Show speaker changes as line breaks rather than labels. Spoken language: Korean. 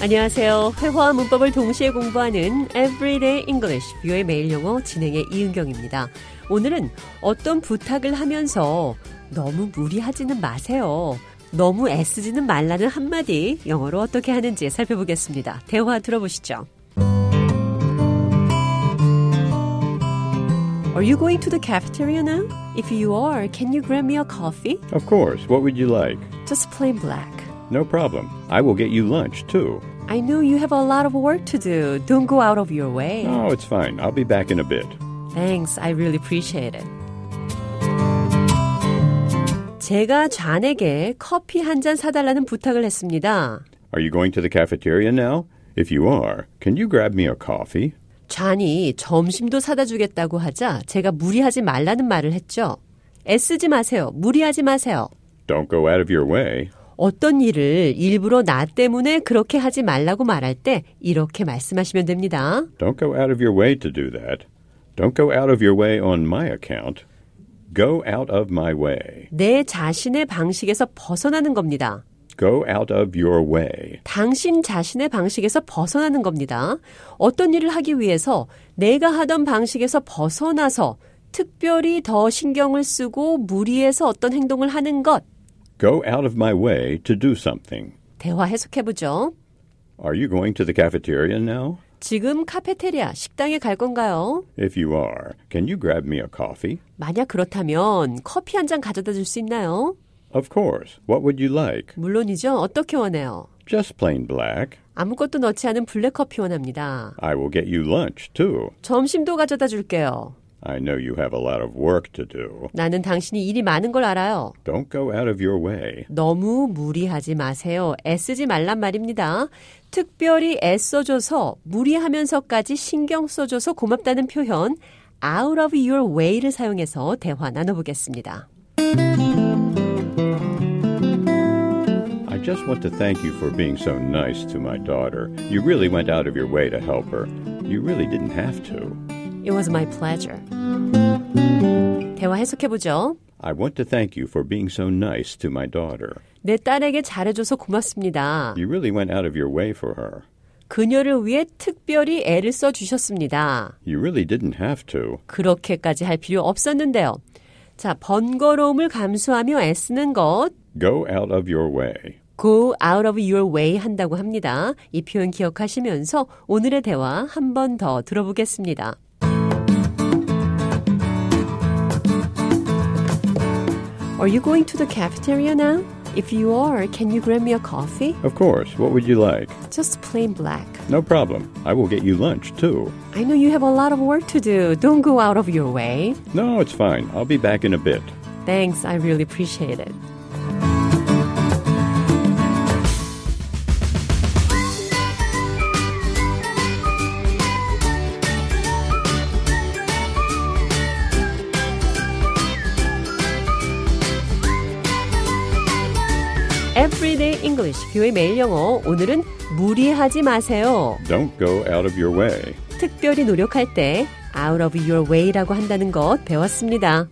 안녕하세요. 회화와 문법을 동시에 공부하는 Everyday English, 뷰의 매일 영어 진행의 이은경입니다. 오늘은 어떤 부탁을 하면서 너무 무리하지는 마세요. 너무 애쓰지는 말라는 한마디 영어로 어떻게 하는지 살펴보겠습니다. 대화 들어보시죠. Are you going to the cafeteria now? If you are, can you grab me a coffee?
Of course. What would you like?
Just plain black.
No problem. I will get you lunch, too.
I know you have a lot of work to do. Don't go out of your way.
Oh, it's fine. I'll be back in a bit.
Thanks. I really appreciate it. 제가 잔에게 커피 한 잔 사달라는 부탁을 했습니다.
Are you going to the cafeteria now? If you are, can you grab me a coffee?
잔이 점심도 사다 주겠다고 하자 제가 무리하지 말라는 말을 했죠. 애쓰지 마세요. 무리하지 마세요.
Don't go out of your way.
어떤 일을 일부러 나 때문에 그렇게 하지 말라고 말할 때 이렇게 말씀하시면 됩니다.
Don't go out of your way to do that. Don't go out of your way on my account. Go out of my way.
내 자신의 방식에서 벗어나는 겁니다.
Go out of your way.
당신 자신의 방식에서 벗어나는 겁니다. 어떤 일을 하기 위해서 내가 하던 방식에서 벗어나서 특별히 더 신경을 쓰고 무리해서 어떤 행동을 하는 것.
Go out of my way to do something.
대화 해석해보죠.
Are you going to the cafeteria now?
지금 카페테리아, 식당에 갈 건가요?
If you are, can you grab me a coffee?
만약 그렇다면 커피 한 잔 가져다 줄 수 있나요?
Of course. What would you like?
물론이죠. 어떻게 원해요?
Just plain black.
아무것도 넣지 않은 블랙커피 원합니다.
I will get you lunch, too.
점심도 가져다 줄게요.
I know you have a lot of work to do.
나는 당신이 일이 많은 걸 알아요.
Don't go out of your way.
너무 무리하지 마세요. 애쓰지 말란 말입니다. 특별히 애써줘서 무리하면서까지 신경 써줘서 고맙다는 표현 out of your way를 사용해서 대화 나눠보겠습니다.
I just want to thank you for being so nice to my daughter. You really went out of your way to help her. You really didn't have to.
It was my pleasure. 대화 해석해보죠.
I want to thank you for being so nice to my daughter.
내 딸에게 잘해줘서 고맙습니다.
You really went out of your way for her.
그녀를 위해 특별히 애를 써주셨습니다.
You really didn't have to.
그렇게까지 할 필요 없었는데요. 자, 번거로움을 감수하며 애쓰는 것,
Go out of your way.
go out of your way 한다고 합니다. 이 표현 기억하시면서 오늘의 대화 한 번 더 들어보겠습니다. Are you going to the cafeteria now? If you are, can you grab me a coffee?
Of course. What would you like?
Just plain black.
No problem. I will get you lunch, too.
I know you have a lot of work to do. Don't go out of your way.
No, it's fine. I'll be back in a bit.
Thanks. I really appreciate it. Everyday English, 뷰의 매일 영어. 오늘은 무리하지 마세요.
Don't go out of your way.
특별히 노력할 때 out of your way라고 한다는 것 배웠습니다.